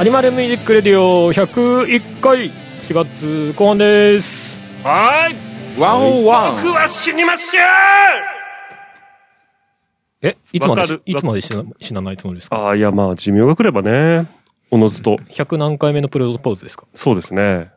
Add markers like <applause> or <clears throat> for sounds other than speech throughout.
アニマルミュージックレディオ101回4月後半ですはーいワンオンワン僕は死にましょえいつまでしわかるいつまで死な死なないつもりですうかああいやまあ寿命が来ればねおのずと100何回目のプロポーズですかそうですね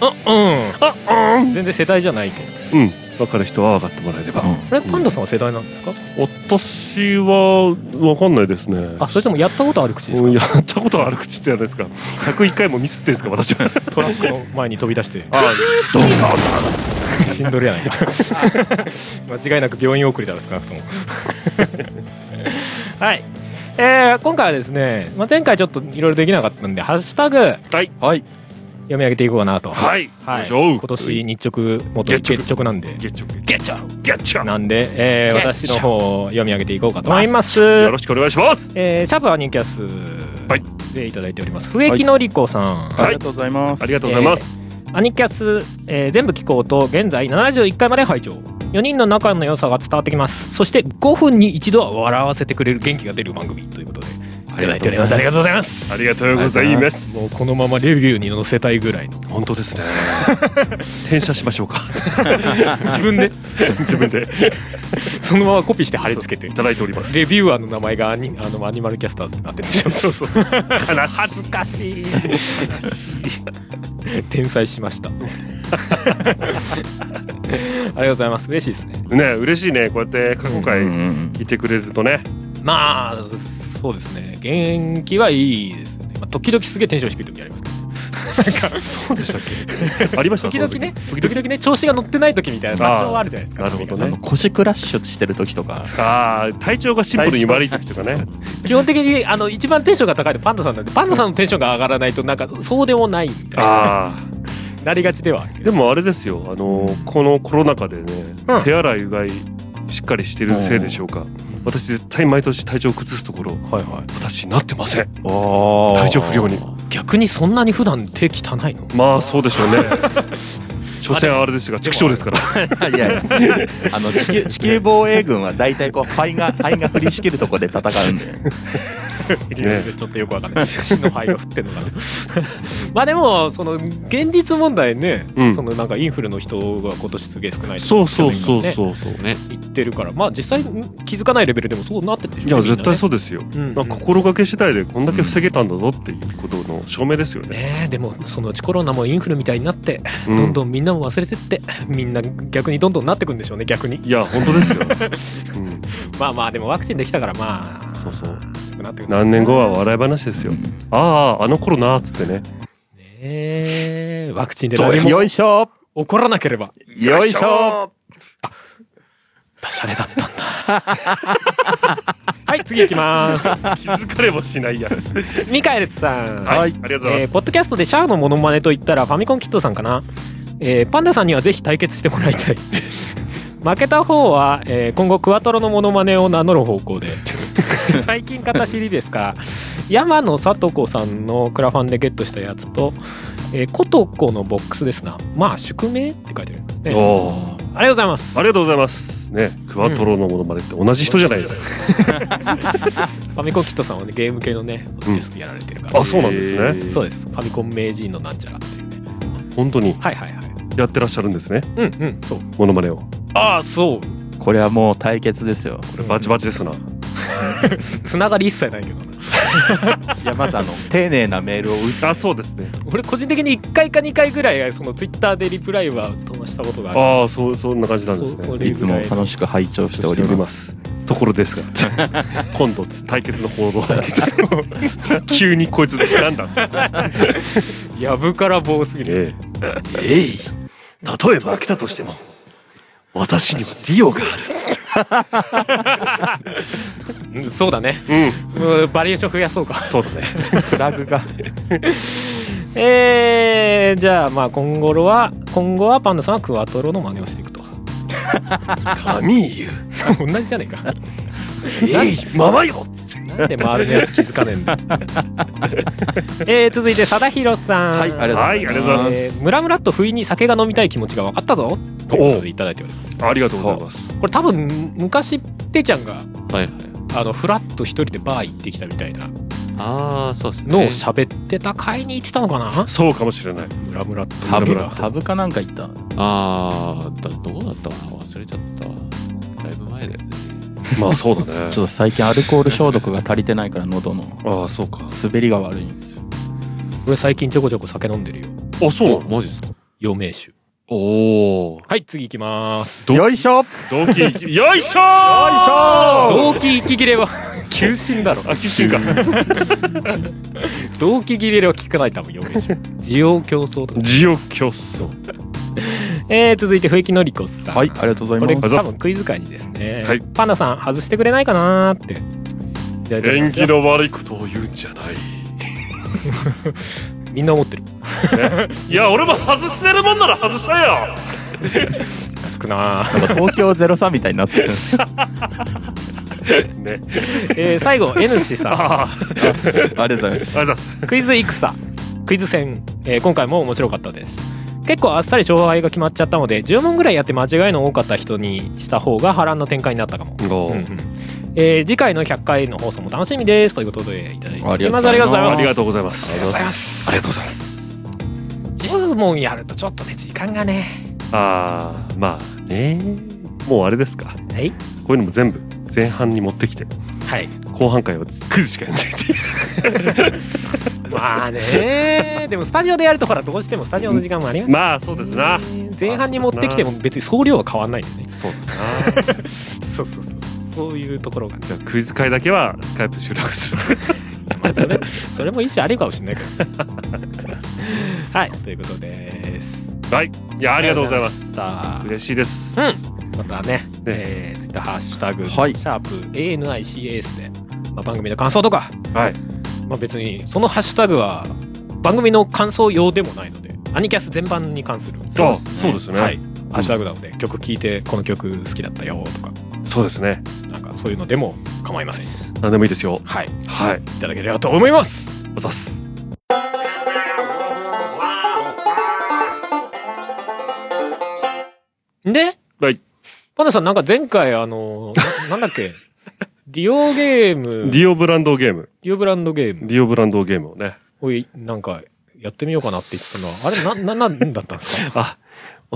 あうんあうん全然世代じゃないけどうん分かる人は分かってもらえれば、あれパンダさんは世代なんですか、私は分かんないですねあそれともやったことある口ですうかんやったことある口ってやないですか101回もミスってんですか私 <laughs> はトラックの前に飛び出してああどうか <laughs> 死んどるやないか <laughs> 間違いなく病院送りだろ少なくとも <laughs> はいえー、今回はですね、まあ、前回ちょっといろいろできなかったんで「ハッシュタグはいはい読み上げていこうかなとはいはい、今今年日直元月直月直なんでゲッチョゲッチャゲッチョなんで、えー、ゲッ私チャの方を読み上げていこうかと思いますよろしくお願いしますえー、シャープアニキャスはいでいただいております笛木のりこさん、ありがとうございますありがとうございます、アニキャス、えー全部聞こうと現在71回まで拝聴4人の仲の良さが伝わってきますそして5分に一度は笑わせてくれる元気が出る番組ということでいただいておりますありがとうございますありがとうございまもうすこのままレビューに載せたいぐらいの本当ですね転写しましょうか自分で <laughs> 自分でそのままコピーして貼り付けていただいておりますレビューアーの名前がアニあのアニマルキャスターズになってるでしょ <laughs> そうそうそう恥ずかしい天才しましたありがとうございます嬉しいですねね嬉しいねこうやって今回うんうんうん聞いてくれるとねまあそうですね元気はいいですね、まあ、時々すげえテンション低い時ありますけどそうでしたっ <laughs> けありました時々ね時々ね調子が乗ってない時みたいな多少はあるじゃないですかなるほどあねの腰クラッシュしてる時とかああ体調がシンプルに悪い時とかね基本的にあの一番テンションが高いのパンダさんなんでパンダさんのテンションが上がらないとなんかそうでもないみたいなああなりがちではあるけどでもあれですよあのこのコロナ禍でね、うん手洗いうがいしっかりしてるせいでしょうか、私絶対毎年体調崩すところはいはい私なってません体体調不良に逆にそんなに普段手汚いのまあそうでし <laughs> ょうね所詮あれですが畜生ですから <laughs> いや <laughs> いやあの地球地球防衛軍は大体こう肺 <laughs> が肺が振りしきるとこで戦うんでねちょっとよくわかんない死の灰が降ってるのかな <laughs> まあでもその現実問題ね、うんそのなんかインフルの人が今年すげえ少ないとかそうそうそ去年うねそうそう、ね。言ってるからまあ実際気づかないレベルでもそうなってるでしょいや絶対うそうですよ、みんなね、うんまあ心がけ次第でこんだけ防げたんだぞっていうことの証明ですよね、ねえでもそのうちコロナもインフルみたいになって、うんどんどんみんなも忘れてってみんな逆にどんどんなってくんでしょうね逆にいや本当ですよ、 <laughs> うん、まあまあでもワクチンできたからまあそうそうなってくる何年後は笑い話ですよ、あああの頃なっつってねええワクチンで何もよいしょ起こらなければよいしょダシャレだったんだはい次行き <laughs> ます <laughs> 気づかれもしないやつはいミカエルさん、ありがとうございます、えーポッドキャストでシャアのモノマネと言ったらファミコンキットさんかな、えーパンダさんにはぜひ対決してもらい <laughs> たい負けた方は、えー今後クワトロのモノマネを名乗る方向で <laughs> 最近方知りですか山野里子さんのクラファンでゲットしたやつと、えー、コトコのボックスですなまあ宿命って書いてありますねあり <laughs> おーがとうございますありがとうございますねクワトロのものまねって同じ人じゃないですか、ファミコンキットさんはねゲーム系のねポッドキャストやられてるから、あそうなんですねそうですファミコン名人のなんちゃらっていうね本当にはいはいはいやってらっしゃるんですねうんうんそうものまねをこああそううこれはもう対決ですよれバチバチですな、つながり一切ないけどないやま <laughs> ずあの丁寧なメールを打ってあそうですね俺個人的に1回か2回ぐらいそのツイッターでリプライは飛ばしたことがあるああそうそんな感じなんですねそうそれいつも楽しく拝聴しておりますすところですが <laughs> 今度対決の報道急にこいつなんだってやぶから棒すぎる、ええい例えば飽きたとしても私にはディオがあるうんそうだね、えうん、バリエーション増やそうかそうだねフラグがえー、じゃあまあ今頃は今後はパンダさんはクワトロの真似をしていくと <laughs> 神湯同じじゃねえかえいままよつってなんで周りのやつ気づかねえんだえー続いて貞弘さん <laughs> はい、ありがとうございます。はいありがとうございますえームラムラっと不意に酒が飲みたい気持ちが分かったぞということでいただいておりますありがとうございますこれ多分昔ペちゃんがはいはい。あのフラッと一人でバー行ってきたみたいなああ、そうですね。のを喋ってた会に行ってたのかなそうかもしれないムラムラっとハブ酒かがハブかなんか行った。ああ、だどうだったかな忘れちゃったわ。だいぶ前だよね。まあそうだ <laughs> ねちょっと最近アルコール消毒が足りてないから喉の <laughs> ああそうか滑りが悪いんですよ。俺最近ちょこちょこ酒飲んでるよあそうなのマジですか余命酒おお。はい次行き <laughs> ますよいしょ同期 <laughs> よいしょーよいしょ動機息切れは急進だろあ、九州か。動機切れは効かない多分余命酒需要競争とか、ジオ競 <laughs> 争。 <laughs> えー、続いて笛木のりこさんはい、ありがとうござこいれま多す。分クイズ会にですね、はいパンダさん外してくれないかなーっていただいておりま縁す起の悪いことを言うんじゃない。みんな思ってるいや、俺も外してるもんなら外したよ。つくなーなんか東京03みたいになってる。ね。えー最 <laughs> 後 N 氏さん <laughs> ああ、ありがとうございます。ありがとうございます。クイズ戦クイズ戦、えー今回も面白かったです結構あっさり勝敗が決まっちゃったので10問ぐらいやって間違いの多かった人にした方が波乱の展開になったかも、おうんうんえー次回の100回の放送も楽しみですということでいただいておりますあありりががととうござうございまありがとうございますいます。ますありがとうございます10問やるとちょっとね時間がねああ、まあね。もうあれですか。はいこういうのも全部前半に持ってきて、はい後半回は9時しかやんないっていう。まあねでもスタジオでやるとほらどうしてもスタジオの時間もあ <laughs> りますねまあそうですな。前半に持ってきても別に総量は変わんないんでねそうだな。 <laughs> そうそうそうそういうところがじゃあクイズ会だけはスカイプ収録すると。まあそ <laughs> れそれも一種ありかもしれないけどはいということです <laughs> はい。いや、あありがとうございます。さあ嬉しいです。またねえー、ツイッターハッシュタグ、はいシャープ ANICAS で、まあ、番組の感想とか、はい。まあ、別にそのハッシュタグは番組の感想用でもないのでアニキャス全般に関するそうそうですね。はい、ハッシュタグなので、曲聴いてこの曲好きだったよとかそうですね。なんかそういうのでも構いませんしなんでもいいですよ。はいはい。いただければと思いますおざっす。ではい。パンダさんなんか前回あのななんだっ <laughs> けディオゲームディオブランドゲーム。ディオブランドゲームディオブランドゲームをね。をいなんかやってみようかなって言ってたのはあれなななんだったんですかあ、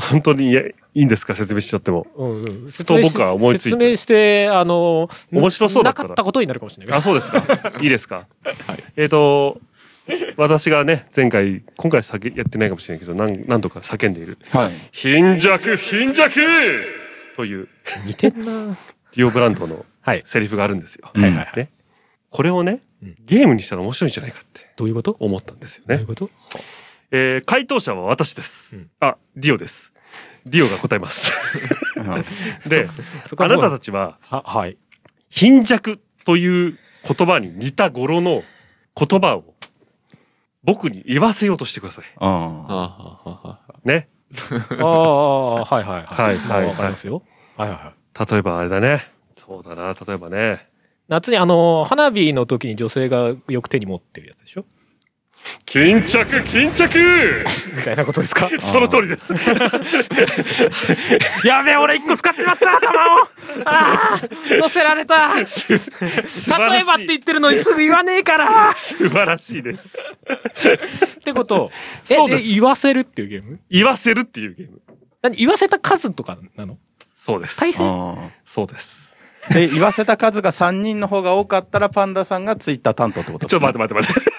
本当にいやいいんですか説明しちゃっても。 <laughs> うんうん、と僕は思いついて説明してあの面白そうだなったからったことになるかもしれないあ、そうですか。 <laughs> いいですか。えっ、と、私がね、前回、今回叫やってないかもしれないけど、なん何度か叫んでいる。はい。貧弱、貧弱という、似てんなディオブランドのはいセリフがあるんですよ。はいはいはいね。これをね、ゲームにしたら面白いんじゃないかってどういうこと思ったんですよどういねう。ことえー回答者は私です。うんあ、ディオです。ディオが答えます。 <laughs> で、そこあはもなうたたちは、ははい貧弱という言葉に似た語呂の言葉を僕に言わせようとしてください。ああーはーはーはーね。ああはいはいはいまあはいわかりますよはいはいはい例えばあれだね。そうだな、例えばね。夏にあの花火の時に女性がよく手に持ってるやつでしょ巾着、巾着みたいなことです <laughs> かその通りです。やべえ俺一個使っちまった頭を <laughs> ああ乗せられた例素晴らえばっしてい。言ってるのにすぐ言わねえからっ素晴らしいです。てことをそうですえ言わせるっていうゲーム言わせるっていうゲーム。何言わせた数とかなのそうです。対戦あ。そうです。で、言わせた数が3人の方が多かったら、パンダさんがツイッター担当ってことちょ、待って待って待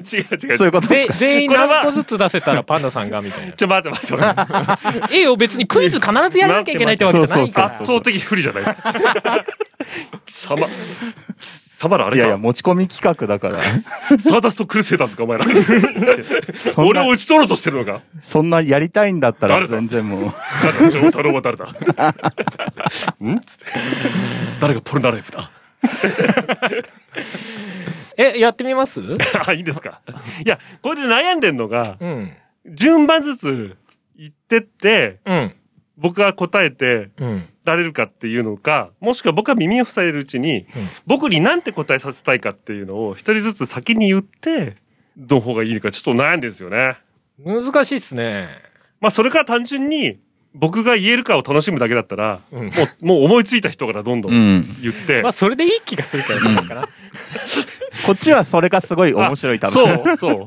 って。違う違う。そういうことでぜすか全員これは何個ずつ出せたらパンダさんがみたいなちょ、待って待って待って。ええよ別にクイズ必ずやらなきゃいけないってわけじゃないから圧倒的不利 <laughs> じゃない。貴様、貴様らあいれやいかや、。持ち込み企画 <laughs> だから、サーダストクルセイダーズか、お前ら。そん俺をな、打ち取ろうとしてるのか。そんなやりたいんだった誰ら、だ全然もう。彼女太郎は誰だんつって。誰がポルナライフだ <laughs> えやってみますうあ、いいんですか。いや、これで悩んでんのが、ん順番ずつ行ってって、うん僕が答えてうん。られるかっていうのか、もしくは僕が耳を塞いでるうちに、僕に何て答えさせたいかっていうのを一人ずつ先に言って、どの方がいいかちょっと悩んでるんですよね。難しいっすね。まあそれから単純に僕が言えるかを楽しむだけだったら、うんもう、もう思いついた人からどんどうんん。言ってまあ、、それでいい気がするけどねなんかな。こっちはそれがすごい面白い、多分。そう、そう、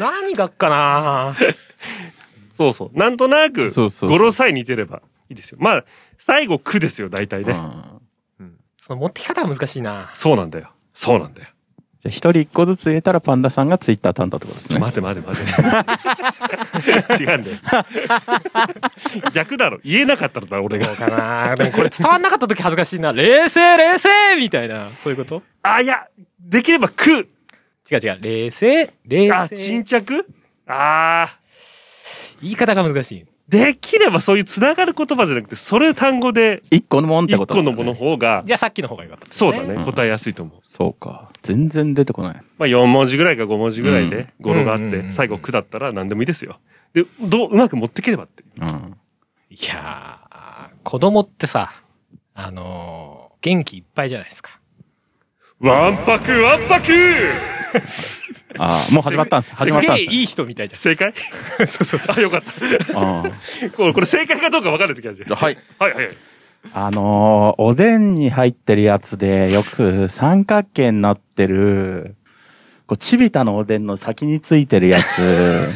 何がっかなそうそう。なんとなく、そうそうそう語呂さえ似てればいいですよ。まあ、最後、くですよ、大体ね。うんその持ってき方が難しいな。そうなんだよ。そうなんだよ。じゃあ、一人一個ずつ入れたらパンダさんがツイッター担当ってことですね。待て待て待て。 <laughs> 違うんだよ。逆だろ。言えなかったのだ、俺どがう。かな <laughs> でもこれ伝わんなかった時恥ずかしいな。冷静冷静みたいな。そういうことあ、いや、できれば、く。違う違う。冷静あ、冷沈静。着ああ。言い方が難しい。できれば、そういうつながる言葉じゃなくて、それ単語で、一個のもんって一こと個ですのよねもの方が、じゃあさっきの方が良かった、そうだね。ん答えやすいと思う。そうか。全然出てこない。まあ、4文字ぐらいか5文字ぐらいうでん語呂があっうんうんうんうて、ん最後、くだったら何でもいいですよ。で、どう、うまく持ってければっていう。うん。いやー、子供ってさ、あのー元気いっぱいじゃないですか。わんぱくわんぱくああ、もう始まったんです。始ますっげたんえですね。いい人みたいじゃ正解 <laughs> そうそうそう。あ、よかった。ああこれ、これ正解かどうか分かれてきたじゃん。はい。はいはいはい。あのーおでんに入ってるやつで、よく三角形になってる、こう、ちびたのおでんの先についてるや <laughs> つ、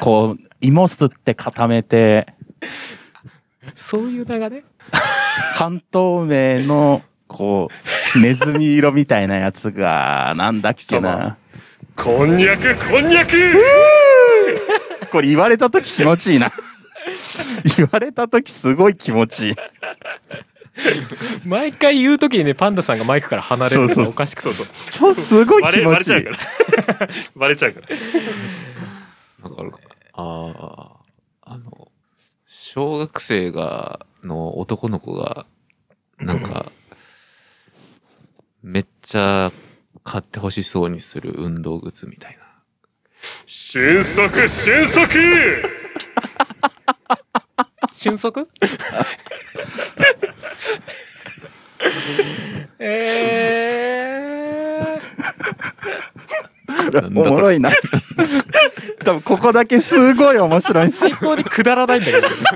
こう、芋すって固めて、ん。そういう流れ半透明の、こう、ネズミ色みたいなやつが、なんだっけな。こんにゃく、こんにゃくこれ言われた時気持ちい <laughs> いな。言われた時すごい気持ちいい。毎回言うときにね、パンダさんがマイクから離れるのそうがそうおかしくてそうそう。ちょ、すごいバ気レ、バ持レちちいゃういか。ら。 <laughs> バレちゃうから。なんかあるかな。ああ、あの、小学生が、の男の子が、なんか、めっちゃ買ってほしそうにする運動靴みたいな。俊足、俊足瞬 <laughs> 足えなんおだもころ <laughs> いな。多分ここだけすごい面白いんですー、よ。最高にくだらないんだけど。面白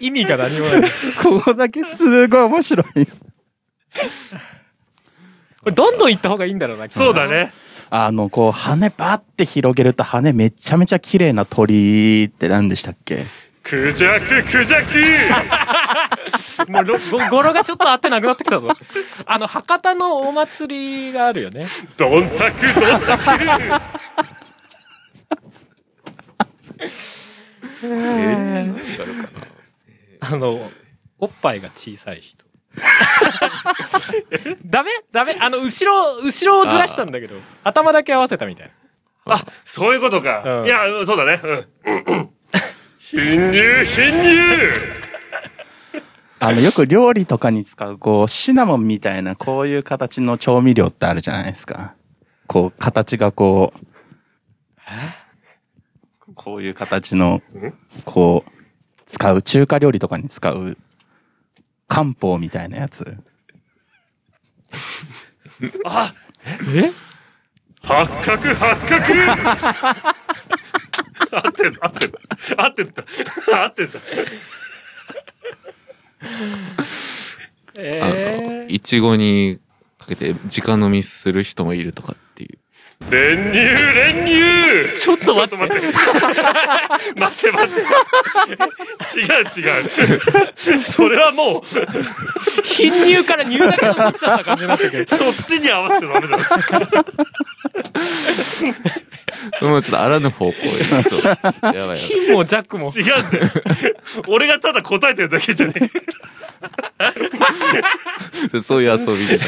い意味が何もない。 <laughs> ここだけすごい面白い。これどんどん行った方がいいんだろうな、きっとそうだ。ね。あの、こう、羽バって広げると羽めちゃめちゃ綺麗な鳥って何でしたっけクジャク、クジャクもうろご語呂がちょっと合ってなくなってきたぞ。あの、博多のお祭りがあるよね。どんたく、どんたくあの、おっぱいが小さい人。 <laughs> ダメダメあの、後ろ、後ろをずらしたんだけど、頭だけ合わせたみたいな。あ、そういうことかう。んいや、うんそうだね。うん。貧乳、貧乳あの、よく料理とかに使う、こう、シナモンみたいな、こういう形の調味料ってあるじゃないですか。こう、形がこう、こういう形の、こう、使う、中華料理とかに使う、漢方みたいなやつ。八角、八角合ってる、合ってる。合ってた。合ってた。あえの、いちごにかけて直飲みする人もいるとかっていう。練乳、練乳ちょっと待って。待って待って。違う違う。それはもう、貧乳から乳だけのっちゃった感じになって <laughs> くる。そっちに合わせちゃダメだろ。それもちょっとあらぬ方向へ。そう。やばいやばい。貧もジャックも。違うんだよ。俺がただ答えてるだけじゃねえ。そういう遊びで。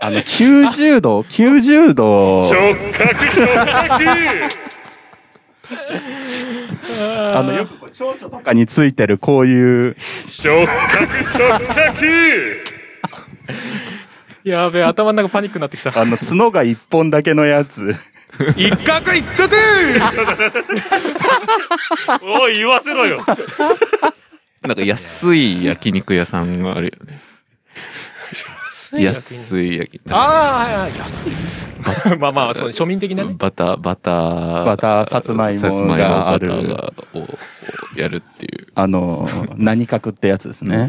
あの、90度、90度、 <laughs> 直角、直角あの、よくこう、蝶々とかについてる、こういう、触覚触覚やべえ、頭の中パニックになってきた。あの、角が一本だけのやつ。 <laughs> 一角一角おい、言わせろよ。なんか安い焼肉屋さんがあるよね。安い焼肉。ああ、はいはい、安い。まあまあ、そう、庶民的なね。バター、バター。バターさつまいもさつまいもがあバタるーが、を、をやるっていう。あのー、何角ってやつですね。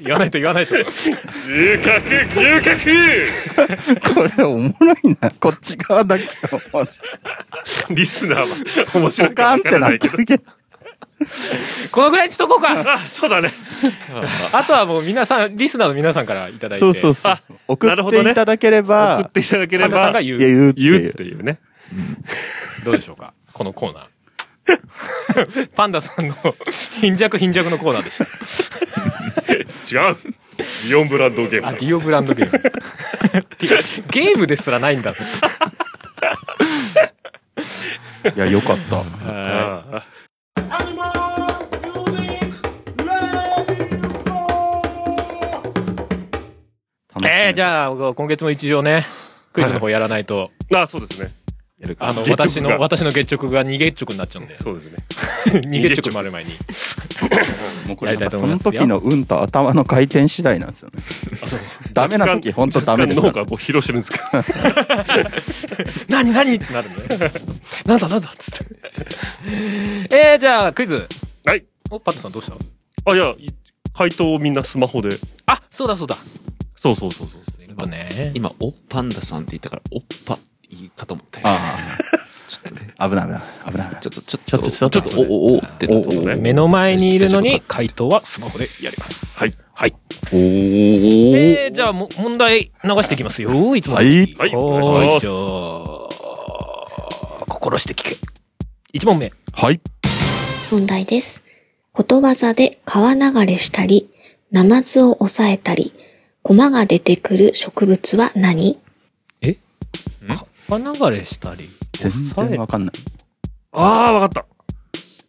言わないと言わない <laughs> と。牛角、牛角これおもろいな。こっち側だけおもろい。リスナーは面白ポいかカンわっかてらななっいけてど。るけど。このぐらいにしとこう <laughs> か。あ、そうだね。あとはもう皆さん、リスナーの皆さんからいただいて。そうそうそうあ。送なるっほどてねいただけれ送ばっ、ていただけれ神田さんばが、言う。言うって言ういっう。ていうね。どうでしょうかこのコーナー。 <laughs> パンダさんの貧弱貧弱のコーナーでした。違う。イオンブランドゲ <laughs> ーあ、ムデ。ィオブランドゲーム。てか <laughs> ゲームですらないんだ。 <laughs> いや、よかった。はああいえー、じゃあ、今月も一応ね、クイズの方やらないと、あ、そうですね。やるかあの、月直が私の、私の月直が二月直になっちゃうんで、そうですね。 <laughs> 二月直もある前に。もうこやれりたいと思いそまのす時の運と頭の回転次第なんですよね。ダメな時、ほんとダメです脳から。がもう疲労してるんですか何何ってなるんで。 <laughs> なんだなんだっつって。 <laughs> えー、じゃあ、クイズ。ら。はい。お、パンダさんどうしたあ、いや、い回答をみんなスマホで。あ、そうだそうだ。そうそうそうそう。やっぱね。今、おっぱんださんって言ったから、おっぱいいかと思ったよ。あちょっとね。あ、危ない危ない。危ない危ないちょっと、ちょっと、ちょっとちょっと、お、お、おってなったとこね。目の前にいるのに回答はスマホでやります。はい。はい。おー。えー、じゃあも問題流していきますよ。いつも。はいはいお願はい。いしますじゃあ、心して聞け。1問目。はい。問題です。ことわざで川流れしたり、ナマズを抑えたり、駒が出てくる植物は何川流れしたり。全然わかんない。ああ、わかった。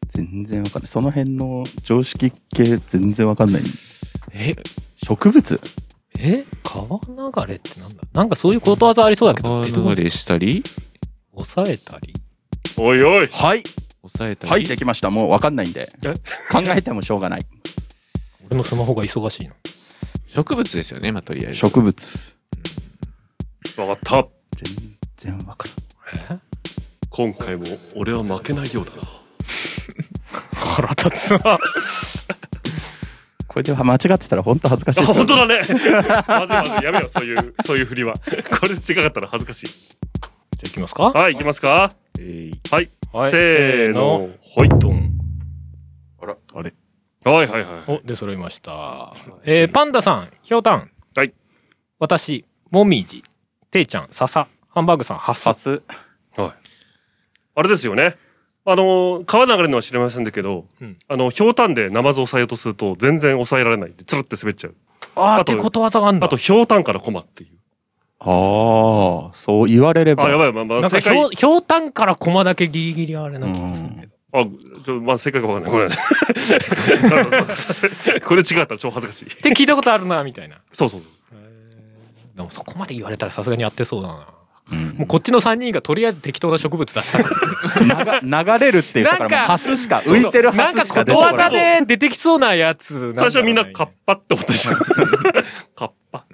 全然わかんない。その辺の常識系全然わかんない。え、植物え川流れってなんだなんかそういうことわざありそうだけど。川流れしたり、抑えたり。おいおい。はい。抑えたり。はい、できました。もうわかんないんでえ。考えてもしょうがない。俺のスマホが忙しいの。植物ですよね、まあ、とりあえず。植物。わかった。全然わかんなえい。今回も俺は負けないようだな。腹立つな。これで間違ってたら本当恥ずかしいあ、ですよ本当だね。 <laughs> まずいまずい。やめよ、そういう、そういう振りは。これ違かったら恥ずかしい。じゃあいきますか。はい、いきますか。えいはい。はいせーの。はい。ドン。はいはいはい。お、で揃いました。えー、パンダさん、ひょうたん。はい。私、もみじ、ていちゃん、ささ、ハンバーグさん、はささ。す。あれですよね。あの、川流れるのは知りませんだけど、うんあの、ひょうたんでナマズを抑えようとすると全然抑えられないんで、つるって滑っちゃう。あーあってとことわざがあんだ。あと、ひょうたんからコマっていう。ああ、そう言われれば。あ、やばい、まあ、まなあ、んか正ひょ解う、。ひょうたんから駒だけギリギリあれな気がするけど。あ、ちょ、まあ、正解がわかんな <laughs> い。<laughs> これ、ね、これ違ったら超恥ずかしい。って聞いたことあるな、みたいな。そうそうそう。でもそこまで言われたらさすがに合ってそうだな。うんもうこっちの3人がとりあえず適当な植物出した。流流れるっていうだかなんらかもうハスしか <laughs> 浮いてるなハんかスしかこ出とてこわなざい。で出てきそうなやつ最初はみんなカかッパって思ったでしょ。 <laughs> カッパ。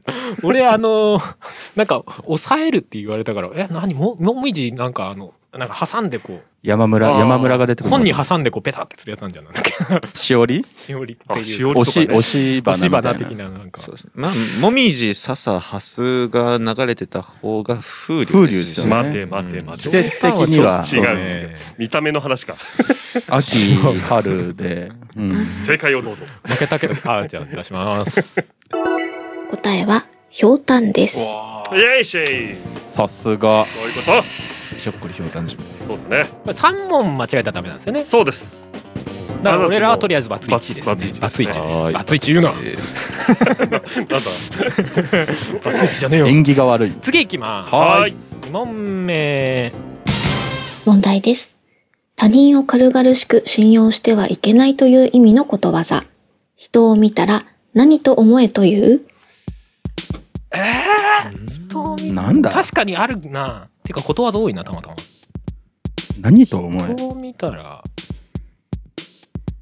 俺あのー、なんか、抑えるって言われたから、え、何も、もみじなんかあの、なんか挟んでこう、山村、あー山村が出てくる。本に挟んでこう、ペタってするやつなんじゃないなんだっけしおりしおりってあ、いしう。おりと押か、ね。し、押し花押しみたい花な。的ななんか。そうですね。まあ、もみじ、笹、ハスが流れてた方が風風流流でですすよよね。ね。待て待て待季て。節的には、違うそう違うね。見た目の話か。秋、春で。うん正解をどうぞ。負けたけど、あ、じゃあ出します。答えは、ひょうたんです。イェイシェイさすが。そういうことひょっこりひょうたんじも。そうだね。これ3問間違えたらダメなんですよね。そうです。だから俺らはとりあえずバツイチです、ね。バツイチババツツイイチチです。バツイチ言うな。なんだバツイチじゃねえよ。縁起が悪い。次行きます。はーい。 2問目。問題です。他人を軽々しく信用してはいけないという意味のことわざ。人を見たら何と思えという瞳なんだ確かにあるなてかことわざ多いなたまたま何と思え。こう見たら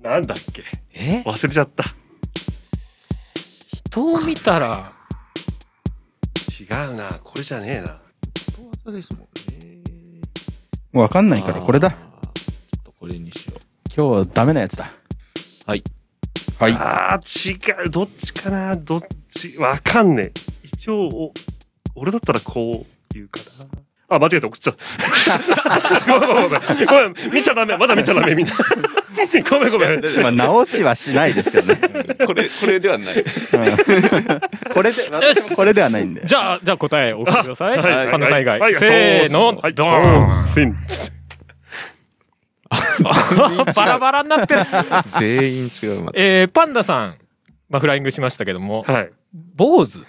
なんだっけえ忘れちゃった。人を見たら違うな。これじゃねえな。ことわざですもんね。わかんないからこれだ。あー。ちょっとこれにしよ今日はダメなやつだ。う。はい。はい。ああ、違う。どっちかなどっちわかんねえ。一応、お俺だったらこう言うかな。あ、間違えて送っちゃった。 <laughs> ごめんごめんごめん。ごめん、見ちゃダメ。まだ見ちゃダメ、みんな。 <laughs> ごめんごめん。まあ、直しはしないですけどね。これ、これではない。うんこれで、私もこれではないんで。じゃあじゃあ答えお送りくださいはい神田さん以外はいせーのはいドーンせん <laughs> バラバラになってる全員違う。またえーパンダさんまあフライングしましたけどもはい。坊主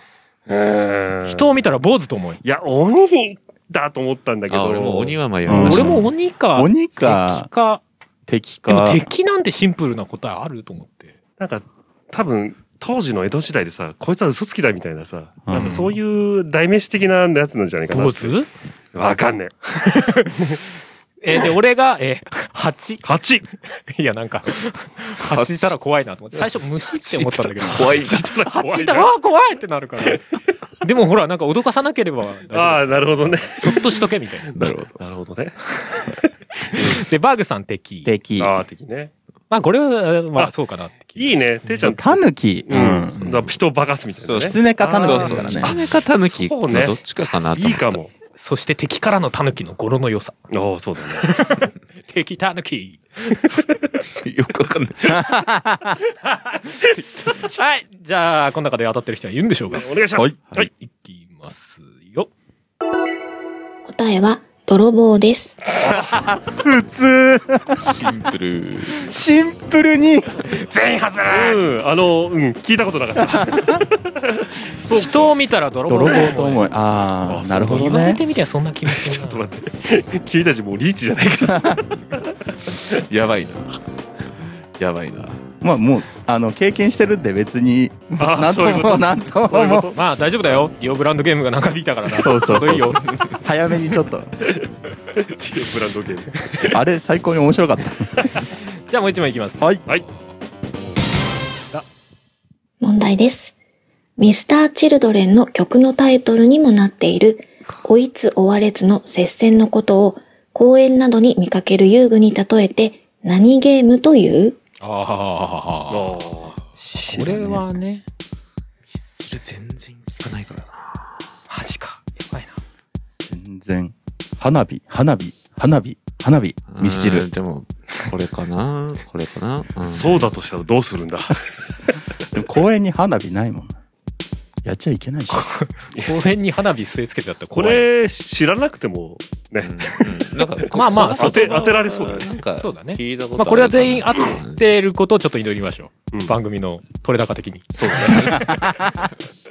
人人を見たら坊主と思いいや、鬼だと思ったんだけあ、ど。俺も鬼は迷いうんまし俺た。も鬼か鬼敵か、か敵でかも。敵なんてシンプルな答えあると思ってなんか、多分、当時の江戸時代でさ、こいつは嘘つきだみたいなさ、うんなんかそういう代名詞的なやつなんじゃないかな坊って。主わかんねえ。えーで俺がえー蜂 <laughs> 八いや、なんか、蜂いたら怖いなと思って。最初、虫って思ったんだ <laughs> けど。怖い。蜂いたら、ああ、怖いってなるから。でもほら、なんか脅かさなければ大あ丈あ、なるほどね。夫。そっとしとけ、みたいな。なるほど。なるほどね。で、バーグさん敵。敵。ああ、的ね。まあ、これは、まあ、あそうかなって気。いいね。ていちゃん。タヌキ。う。うんん。だから人を化かすみたいなね。そう狐かタヌキそでうすそかう。らキね。ツネかタヌキそうねのどっちかかなとい思いった。かも。そして敵からのタヌキの語呂の良さ。ああ、そうだね。 <laughs> 敵タヌキ。よくわかんないです。はい。じゃあ、この中で当たってる人はいるんでしょうかお願いします。ははいい。。いきますよ。答えは、泥棒です。シンプル。シンプルに、全員外れうん。あの、うん。聞いたことなかった。 <laughs> 人を見たら泥棒泥と思う。棒と思い。ああ、なるほど言われね。てみりゃそんな気持ち。ちょっと待って。 <laughs> 君たちもうリーチじゃないか。やばいな。やばいな。まあもう、あの、経験してるんで別に、あーなんとそういうこも、となんとそういうこも。と。まあ、大丈夫だよ。イオブランドゲームが長引いたからな。そうそういいそよう。。早めにちょっと。っていうブランドゲーム。あれ、最高に面白かっじゃあもう一枚いきます。た。はい。はい。問題です。ミスター・チルドレンの曲のタイトルにもなっている、追いつ追われつの接戦のことを公園などに見かける遊具に例えて何ゲームというああ。こあれはね、それ全然聞かないからな。マジか。やばいな。全然。花火、花火、花火、花火、ミスチルうーん。でも、これかなこれかなうんあ。そうだとしたらどうするんだ。でも公園に花火ないもんな。やっちゃいけないし。公園に花火据え付けてあったらこ怖い。れ知らなくてもね、うんなんか、まあまあこ当て当てられそうだねなんか、そうだね聞いたことまあこれは全員合あっるかなてることをちょっと祈りましょう。うん番組の取れ高的に。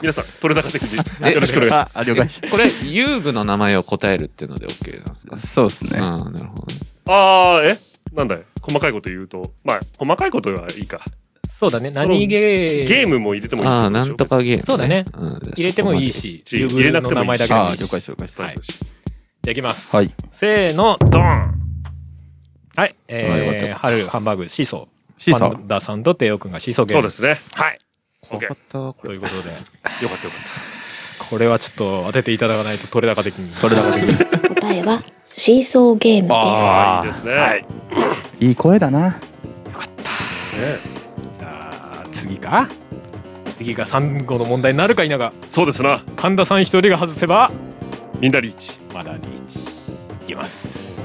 皆さん取れ高的によろしくお願いしまあ、あ了解しこれ、遊具の名前を答えるっていうので OK なんですかた。そうですね。ああ、なるほどね。す。ああえなんだい細かいこと言うと、まあ細かいことはいいか。そうだね。の何ゲーゲームも入れてもいいってああ、こでなしょんと。かゲーム、そうだねうん入れてもいい。し、そこまで入れなくてもいいし。じゃあ了解です了解ですはい。あいきます。はい。せーの、ドンはい。はい終わっえー、た春、ハンバーグ、シーソー。シーソーパンダさんとテイオくんがシーソーゲーそうム。で。すね。はい。よかったわ、これ。ということで、よかったよかっこれはちょっと当てていただかないと取れ高的に。取れ高的に。答えはシーソーゲームでた。あいいですね。いい声だな。ねじゃあ次か次が3号の問題になるか否かそうですな。神田さん一人が外せばみんなリーチ。まだリーチいきます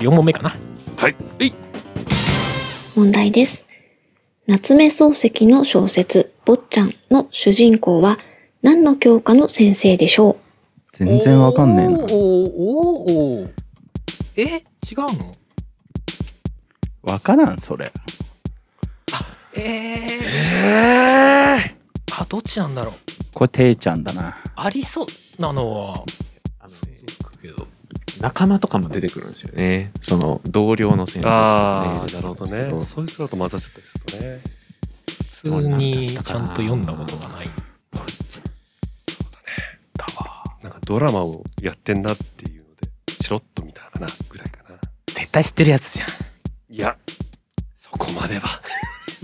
4問目かなはい。す。問題です。夏目漱石の小説、坊ちゃんの主人公は何の教科の先生でしょう全然わかんねえおなー。おーおーおーえ違うのわからん、それ。えー、あどっちなんだろうこれ、ていちゃんだな。ありそうなのはあのね仲間とかも出てくるんですよね。その、同僚の先生とあかあなるほどね。そういう人だと混ざっちゃったりするとね。普通にちゃんと読んだことがないドラマをやってんだっていうので、チロッと見たかな、ぐらいかな。絶対知ってるやつじゃんいや、そこまでは。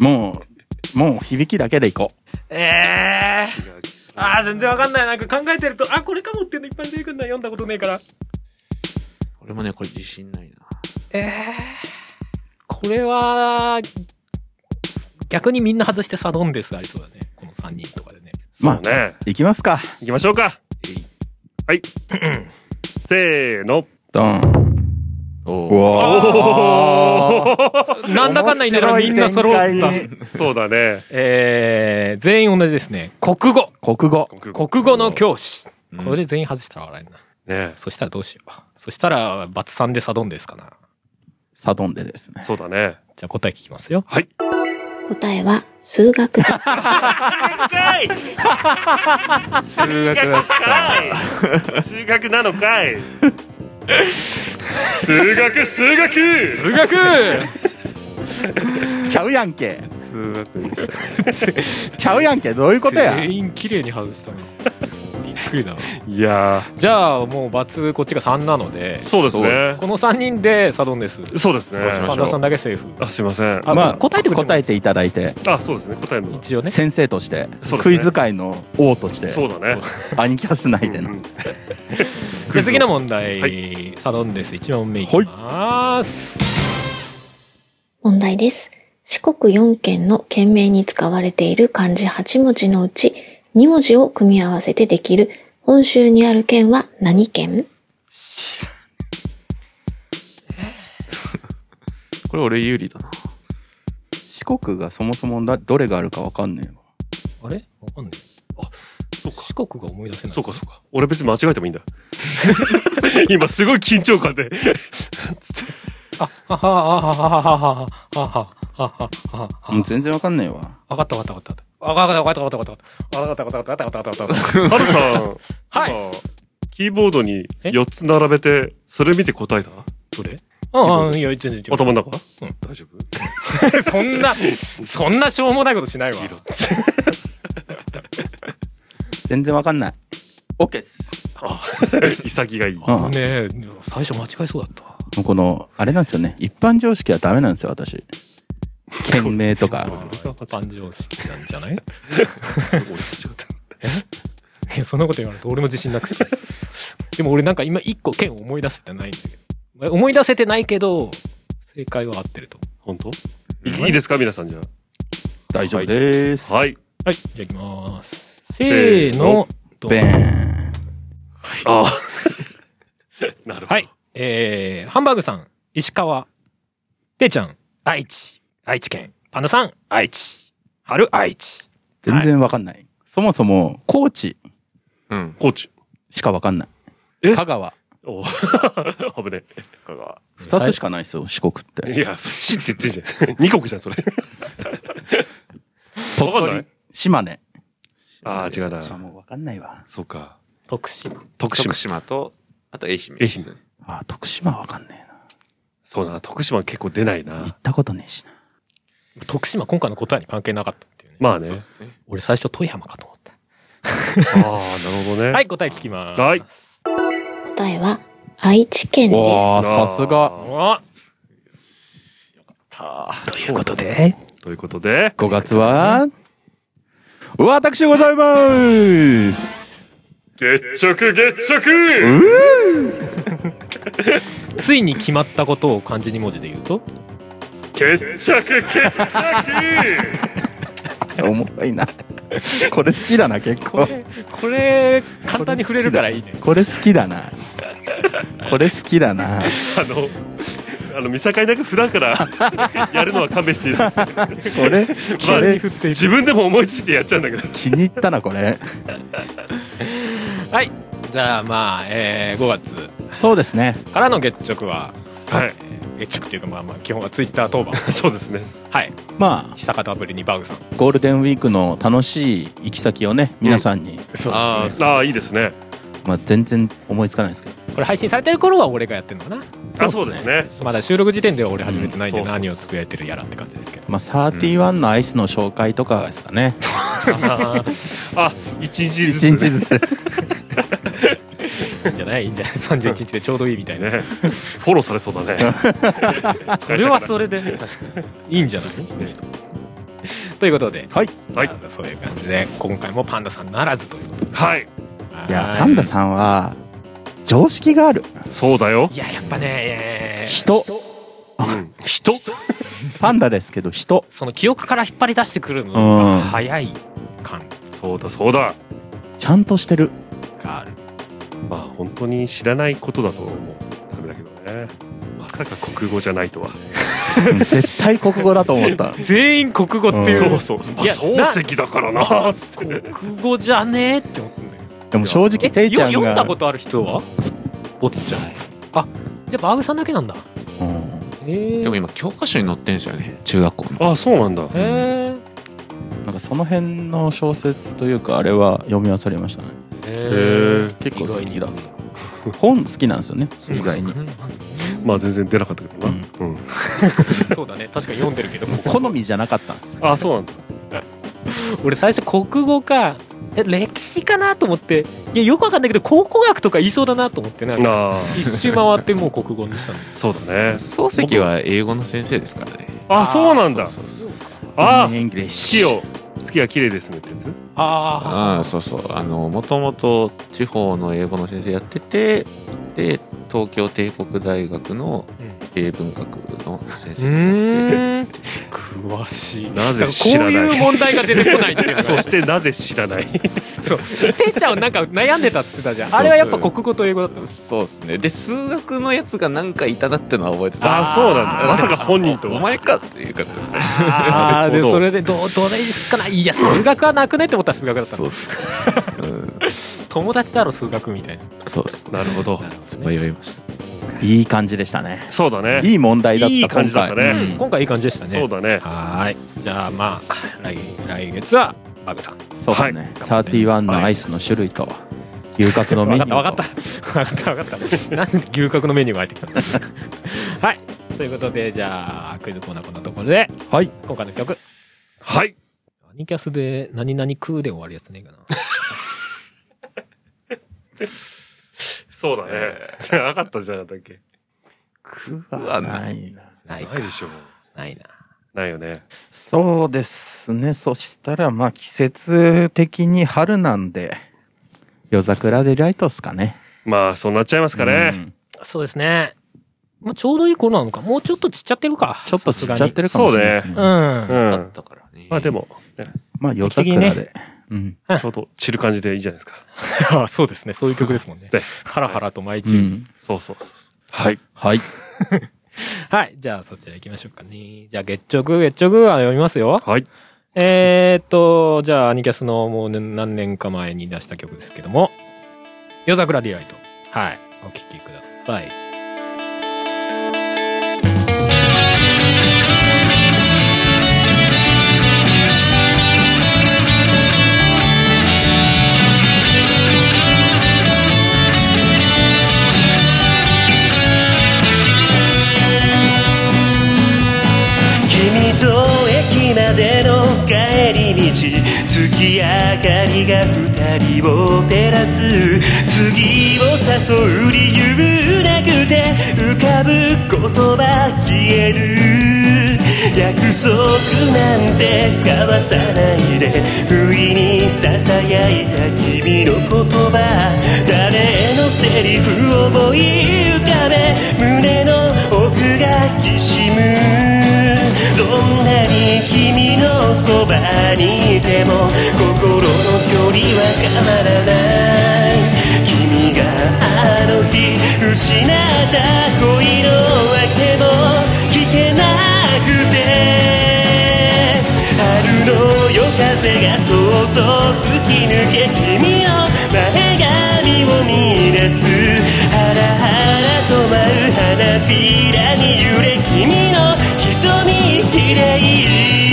もう、もう響きだけでいこええ違うああ全然わかんないなんか考えてるとあこれかもっていうのいっぱい出てくるんだ読んだことねえから俺もね、これ自信ないな。ええこれは逆にみんな外してサドンデスありそうだねこの3人とかでねまあそうね。う。いきますか。行きましょうか。 <clears throat> はい。せーの。ドン。おうわなんだかんだ言いながらみんな揃った面白い展そうだね。えー、全員同じですね国語ー国語。国語の教師うんこれで全員外したら笑えるな、ねそしたらどうしようそしたらバツ3でサドンデスかなサドンデですね。そうだね。じゃあ答え聞きますよ答えは数学です。かい数学だった。い数学なのかい数学数学数学ちゃうやんけ。数学でした。ちゃうやんけ。どういうことや。全員綺麗に外したなびっくりだないやじゃあもうバツこっちが3なのでそうですね。この3人でサドンデスそうですねそう。しましょパうンダさんだけセーフあ、すいません。あ答えてくれても答えていただいて、あ、そうですね。答えも。一応ね先生として、そうですねクイズ界の王として、そうだね。アニキャス内でうのん。じゃあ次の問題、はサドンデス1問目いきます、問題です。四国4県の県名に使われている漢字8文字のうち2文字を組み合わせてできる本州にある県は何県これ俺有利だな。四国がそもそもだどれがあるかわかんねえわあれわかんないそうか。四国が思い出せないそうか、そうか。俺別に間違えてもいいんだ。 <laughs> 今すごい緊張感で。あははははははははははははうん全然わかんねえわ。わかったわかったわかったわかったわかったわかったわかったわかったわかったわかったわかったわかったわかったわかったハルさん。はい今。キーボードにえ4つ並べて、それ見て答えたどれうんうんいや全然違う頭の中うん大丈夫そんなそんなしょうもないことしないわ全然わかんない。オッケーっす。あ、 <laughs> 潔がいい。うねんえ最初間違いそうだったわもうこの、あれなんですよね。一般常識はダメなんです <laughs> よ、私。県名とか。誕生式なんじ <laughs> ゃないえ <laughs> いやそんなこと言われると俺も自信なく <laughs> してでも俺なんか今一個剣思い出せてないんだけどえ思い出せてないけど正解は合ってると本当いいいですか皆さんじゃ大丈夫でーす。あ。はい。はいじゃあいきますせーのどうベーン。ああ。なるほど。はい。えー、ハンバーグさん、石川。てーちゃん、愛知。愛知県。パンダさん、愛知。春、愛知。全然わかんない。そもそも、高知うん。コーチ。しかわかんない。え香川。お <laughs> 危ね二つしかないですよ、四国って。え。いや、死って言ってんじゃん。 <laughs> 二国じゃん、それ。わかんない島根。ああ、違うな。あもうわかんないわ。そうか。徳島。徳島徳。島と、あと愛媛ですね。あ、徳島わかんねえな。そうだな。徳島結構出ないな行。ったことねえしな。徳島、今回の答えに関係なかったっていうね。まあねそう。ですね。俺最初、富山かと思った。ああ、なるほどね。はい、答え聞きます。はい。答えは愛知県です。あさすがおということで、ということで、 5月は、私でございます月食月食ついに決まったことを漢字2文字で言うと、決着決着おもろいな。これ好きだな、結構。これ、簡単に触れるからいいね。これ好きだな。これ好きだな。あの、あの、見境なく普段から <laughs> やるのは勘弁 <laughs> している。これ、これ振っていく自分でも思いついてやっちゃうんだけど。気に入ったな、これ。はい。じゃあ、まあ、えー、5月そうですね。からの月食は、はい。えー月食っていうか、まあまあ、基本はツイッター当番。そうですね。はい。ま久方ぶりにバウさん。あ、ゴールデンウィークの楽しい行き先をね、皆さんに、そああ、ああ、いいですね。まあ全然思いつかないですけど。これ配信されてる頃は俺がやってるのかな。あ、そうですね。まだ収録時点では俺始めてないんでうんそうそうそう何をつぶやいてるやらって感じですけど。まあ、31のアイスの紹介とかですかね。あ、一日ずつ。一日ずつ。ないいいんじゃない31日でちょうどいいみたいな、ね。フォローされそうだ <laughs> ね。それはそれで <laughs> 確かにいいんじゃないということで、はいはいなんかそういう感じで今回もパンダさんならずということではい。いやは、いパンダさんは、常識がある。そうだよ。いややっぱね人。人パンダですけど、人。その記憶から引っ張り出してくるのうんが早い感そうだそうだ。ちゃんとしてる。がある、まあ本当に知らないことだと思う。ダメだけどね。まさか国語じゃないとは。うん絶対国語だと思った。全員国語っていう、うんそうそう。まあいや漱石だからな。国語じゃねえって思ってんだよでも正直、ていちゃんよが。読んだことある人はおっちゃんあじゃあバーグさんだけなんだうんへえでも今教科書に載ってんですよね中学校のあ、そうなんだ。へなんかその辺の小説というかあれは読み漁りましたねえ結構好きだ本好きなんですよね意外にまあ全然出なかったけどな。うん。そうだね確かに読んで <laughs> るけど好みじゃなかったんですよあ、そうなんだ。俺最初国語かえ歴史かなと思っていやよくわかんないけど考古学とか言いそうだなと思ってなんかああ、一周回ってもう国語にしたのそうだね。漱石は英語の先生ですからねあ、そうなんだ。そうそうそうあ、イングリッシ月ュを。月が綺麗ですねってやつあああそうそうあのもともと地方の英語の先生やっててで東京帝国大学の英文学の先う生になーってん <laughs> 詳しいなだかぜら知らないこういう問題が出てこないっていうのがそしてなぜ知らないそうてっちゃんはなんか悩んでたっつってたじゃんそうあれはやっぱ国語と英語だったのそうですねで数学のやつが何かいたなってのは覚えてたあそうなんだまさか本人とおは前かっていう感じですねああなるでほどそれでどうどうですかないや数学はなくねって思ったら数学だったそうのっすねうん友達だろ数学みたいなそうっすねなるほど迷いましたいい感じでしたねそうだねいい問題だったいい感じだったね今回今回いい感じでしたねそうだねはーいじゃあまあ来来月はバグさんうんそうですね31のアイスの種類と牛角のメ分ニかュっーたと分かった分かった分かったなんで牛角のメニューが入ってきたのはいということでじゃあクイズコーナーこんなところではい今回の曲はいアニキャスで何々食うで終わるやつねえかなそうだねなかったじゃなかったっけわないないないでしょうないなないよねそうですねそしたらまあ季節的に春なんで夜桜でライトっすかねまあそうなっちゃいますかうねんそうですねもうちょうどいい頃なのかもうちょっとちっちゃってるかちょっと散っちゃってるかもしれないですねううんんあったからねまあでもねまあ夜桜でうんちょうど散る感じでいいじゃないです <laughs> かあそうですねそういう曲ですもんねでハラハラと毎う日、んそうそうそうはい。はい。はいじゃあそちら行きましょうかねじゃあ月食月食は読みますよはいえー、っとじゃあアニキャスのもうね何年か前に出した曲ですけども「夜桜ディライト」はいお聴きください君と駅までの帰り道月明かりが二人を照らす次を誘う理由なくて浮かぶ言葉消える約束なんて交わさないで不意に囁いた君の言葉誰のセリフを思い浮かべ胸の奥がきしむどんなに君のそばにいても心の距離は変わらない君があの日失った恋の訳も聞けなくて春の夜風がそっと吹き抜け君の前髪を見出すハラハラと舞う花びらに揺れ君の瞳綺麗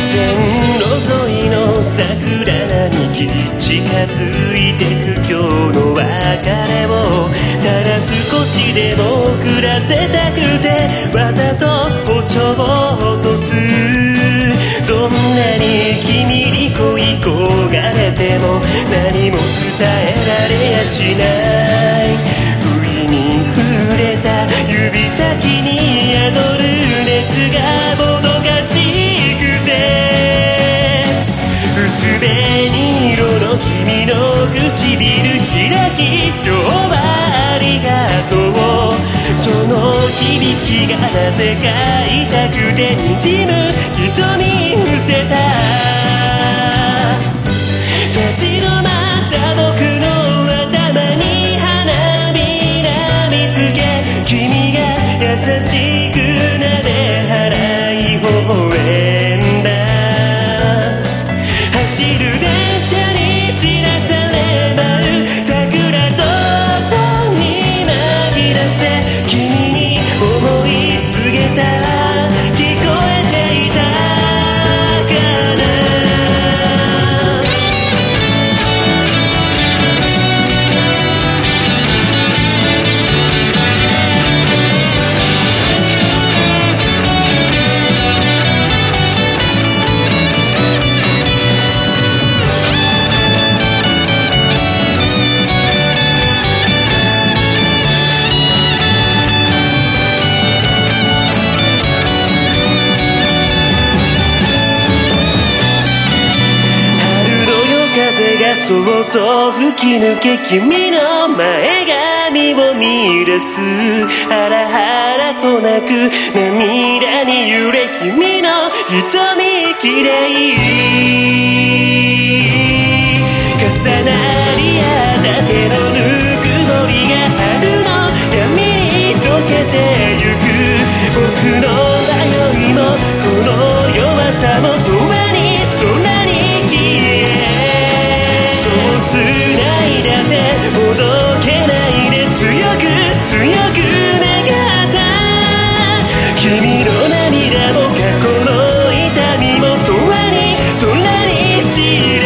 線路沿いの桜並木近づいてく今日の別れをわざと包丁を落とすどんなに君に恋焦がれても何も伝えられやしない不意に触れた指先に宿る熱がもどかしくて薄紅色の君の唇開き今日はありがとうその響きがなぜか痛くてにじむ瞳伏せた立ち止まった僕の頭に花びら見つけ君が優しく撫で払い微笑んだ走る電車に散らされ舞う桜と音に紛らせ君に思い告げた聞こえていたかな春の夜風がそっと吹き抜け君の前髪を見出すハラハラとなく涙に揺れ君の瞳きれい重なり合った手のぬくもりが春の闇に溶けてゆく僕の迷いもこの弱さも永遠に空に消えそう繋いだってほどけないで強く強く願った君の涙も過去の痛みも永遠に空に散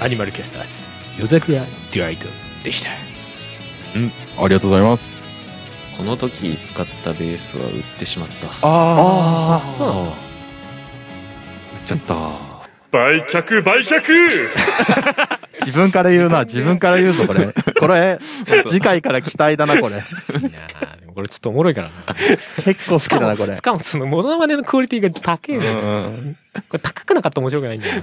アニマルキャスターズ夜桜デュライトでしたありがとうございます。この時使ったベースは売ってしまったああ。そうなのちゃった売却、売却自分から言うな、自分から言うぞ、これ。 <laughs> これ、次回から期待だな、これ。いやーでもこれちょっとおもろいからな結構好きしかだな、こもれし。かもそのモノマネのクオリティが高いのようんこれ高くなかったら面白くないんだよな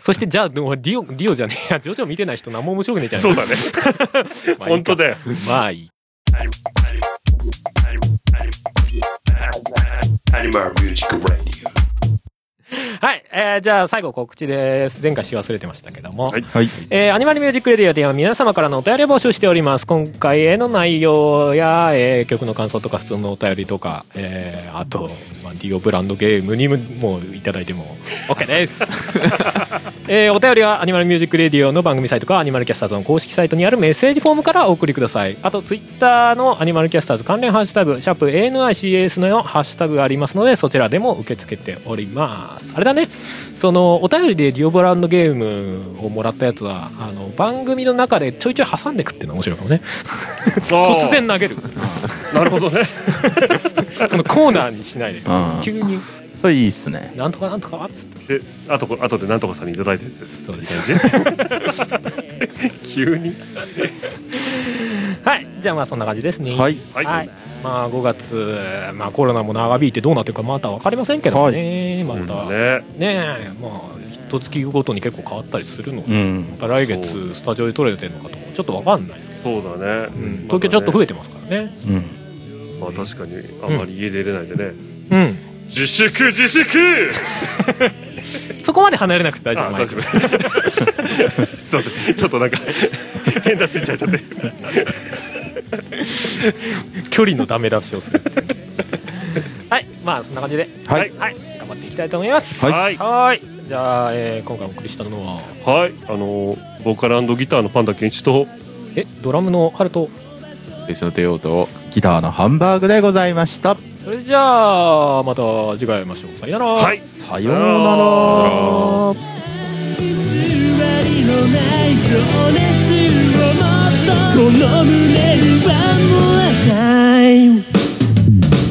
そしてじゃあでもディオディオじゃねえやジョジョ見てない人何も面白くねえじゃんそうだね。まあいいか本当だよ。まあいいはい、えーじゃあ最後告知です前回し忘れてましたけども、はいはい。えーアニマルミュージックレディオでは皆様からのお便りを募集しております。今回への内容や、えー曲の感想とか、普通のお便りとか、えーあと、まあ、ディオブランドゲームにももういただいても OK です。えーお便りはアニマルミュージックレディオの番組サイトか、アニマルキャスターズの公式サイトにあるメッセージフォームからお送りください。あと、ツイッターのアニマルキャスターズ関連ハッシュタグ、シャープ ANICAS のハッシュタグがありますので、そちらでも受け付けております。あれだね。そのお便りでディオブランドゲームをもらったやつはあの番組の中でちょいちょい挟んでくっていうのが面白いかもね突然投げる <laughs> なるほどね。 <laughs> そのコーナーにしないでうん急にそれいいっすね。なんとかなんとかっつってで、あとこ、あとでなんとかさんにいただいてるんです。そうです急に。はいじゃあまあそんな感じですねはいはい、まあ5月、まあ、コロナも長引いてどうなってるかまだ分かりませんけどね、またねね。えまあ一月ごとに結構変わったりするのうで、ん。また来月スタジオで撮れてるのかとかちょっと分かんないですけそうだね。ど、うん東京ちょっとま増えてますからねうん。だねまあ確かに、あんまり家出れないでね。うん自粛、自粛そこまで離れなくて大丈あ、夫大丈夫。 <laughs> すいません。ちょっとなんか、 <laughs> 変なスイッチ入っちゃって。距離のダメ出しをするはいまあそんな感じではいはい頑張っていきたいと思いますはいはいじゃあ、えー今回お送りしたのははい。あのー、ボーカルギターのパンダケンイチと、えドラムのハルトベースの帝王とギターのハンバーグでございました。それじゃあまた次回会いましょうさよならはい。さようなら。偽りのない情熱をの胸にはもう赤い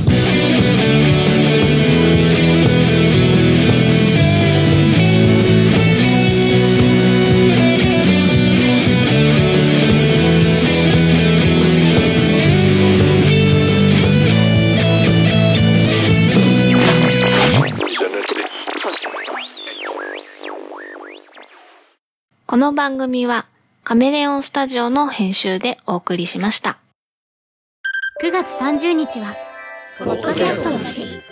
この番組はカメレオンスタジオの編集でお送りしました。 9月30日は、ポッドキャストの日。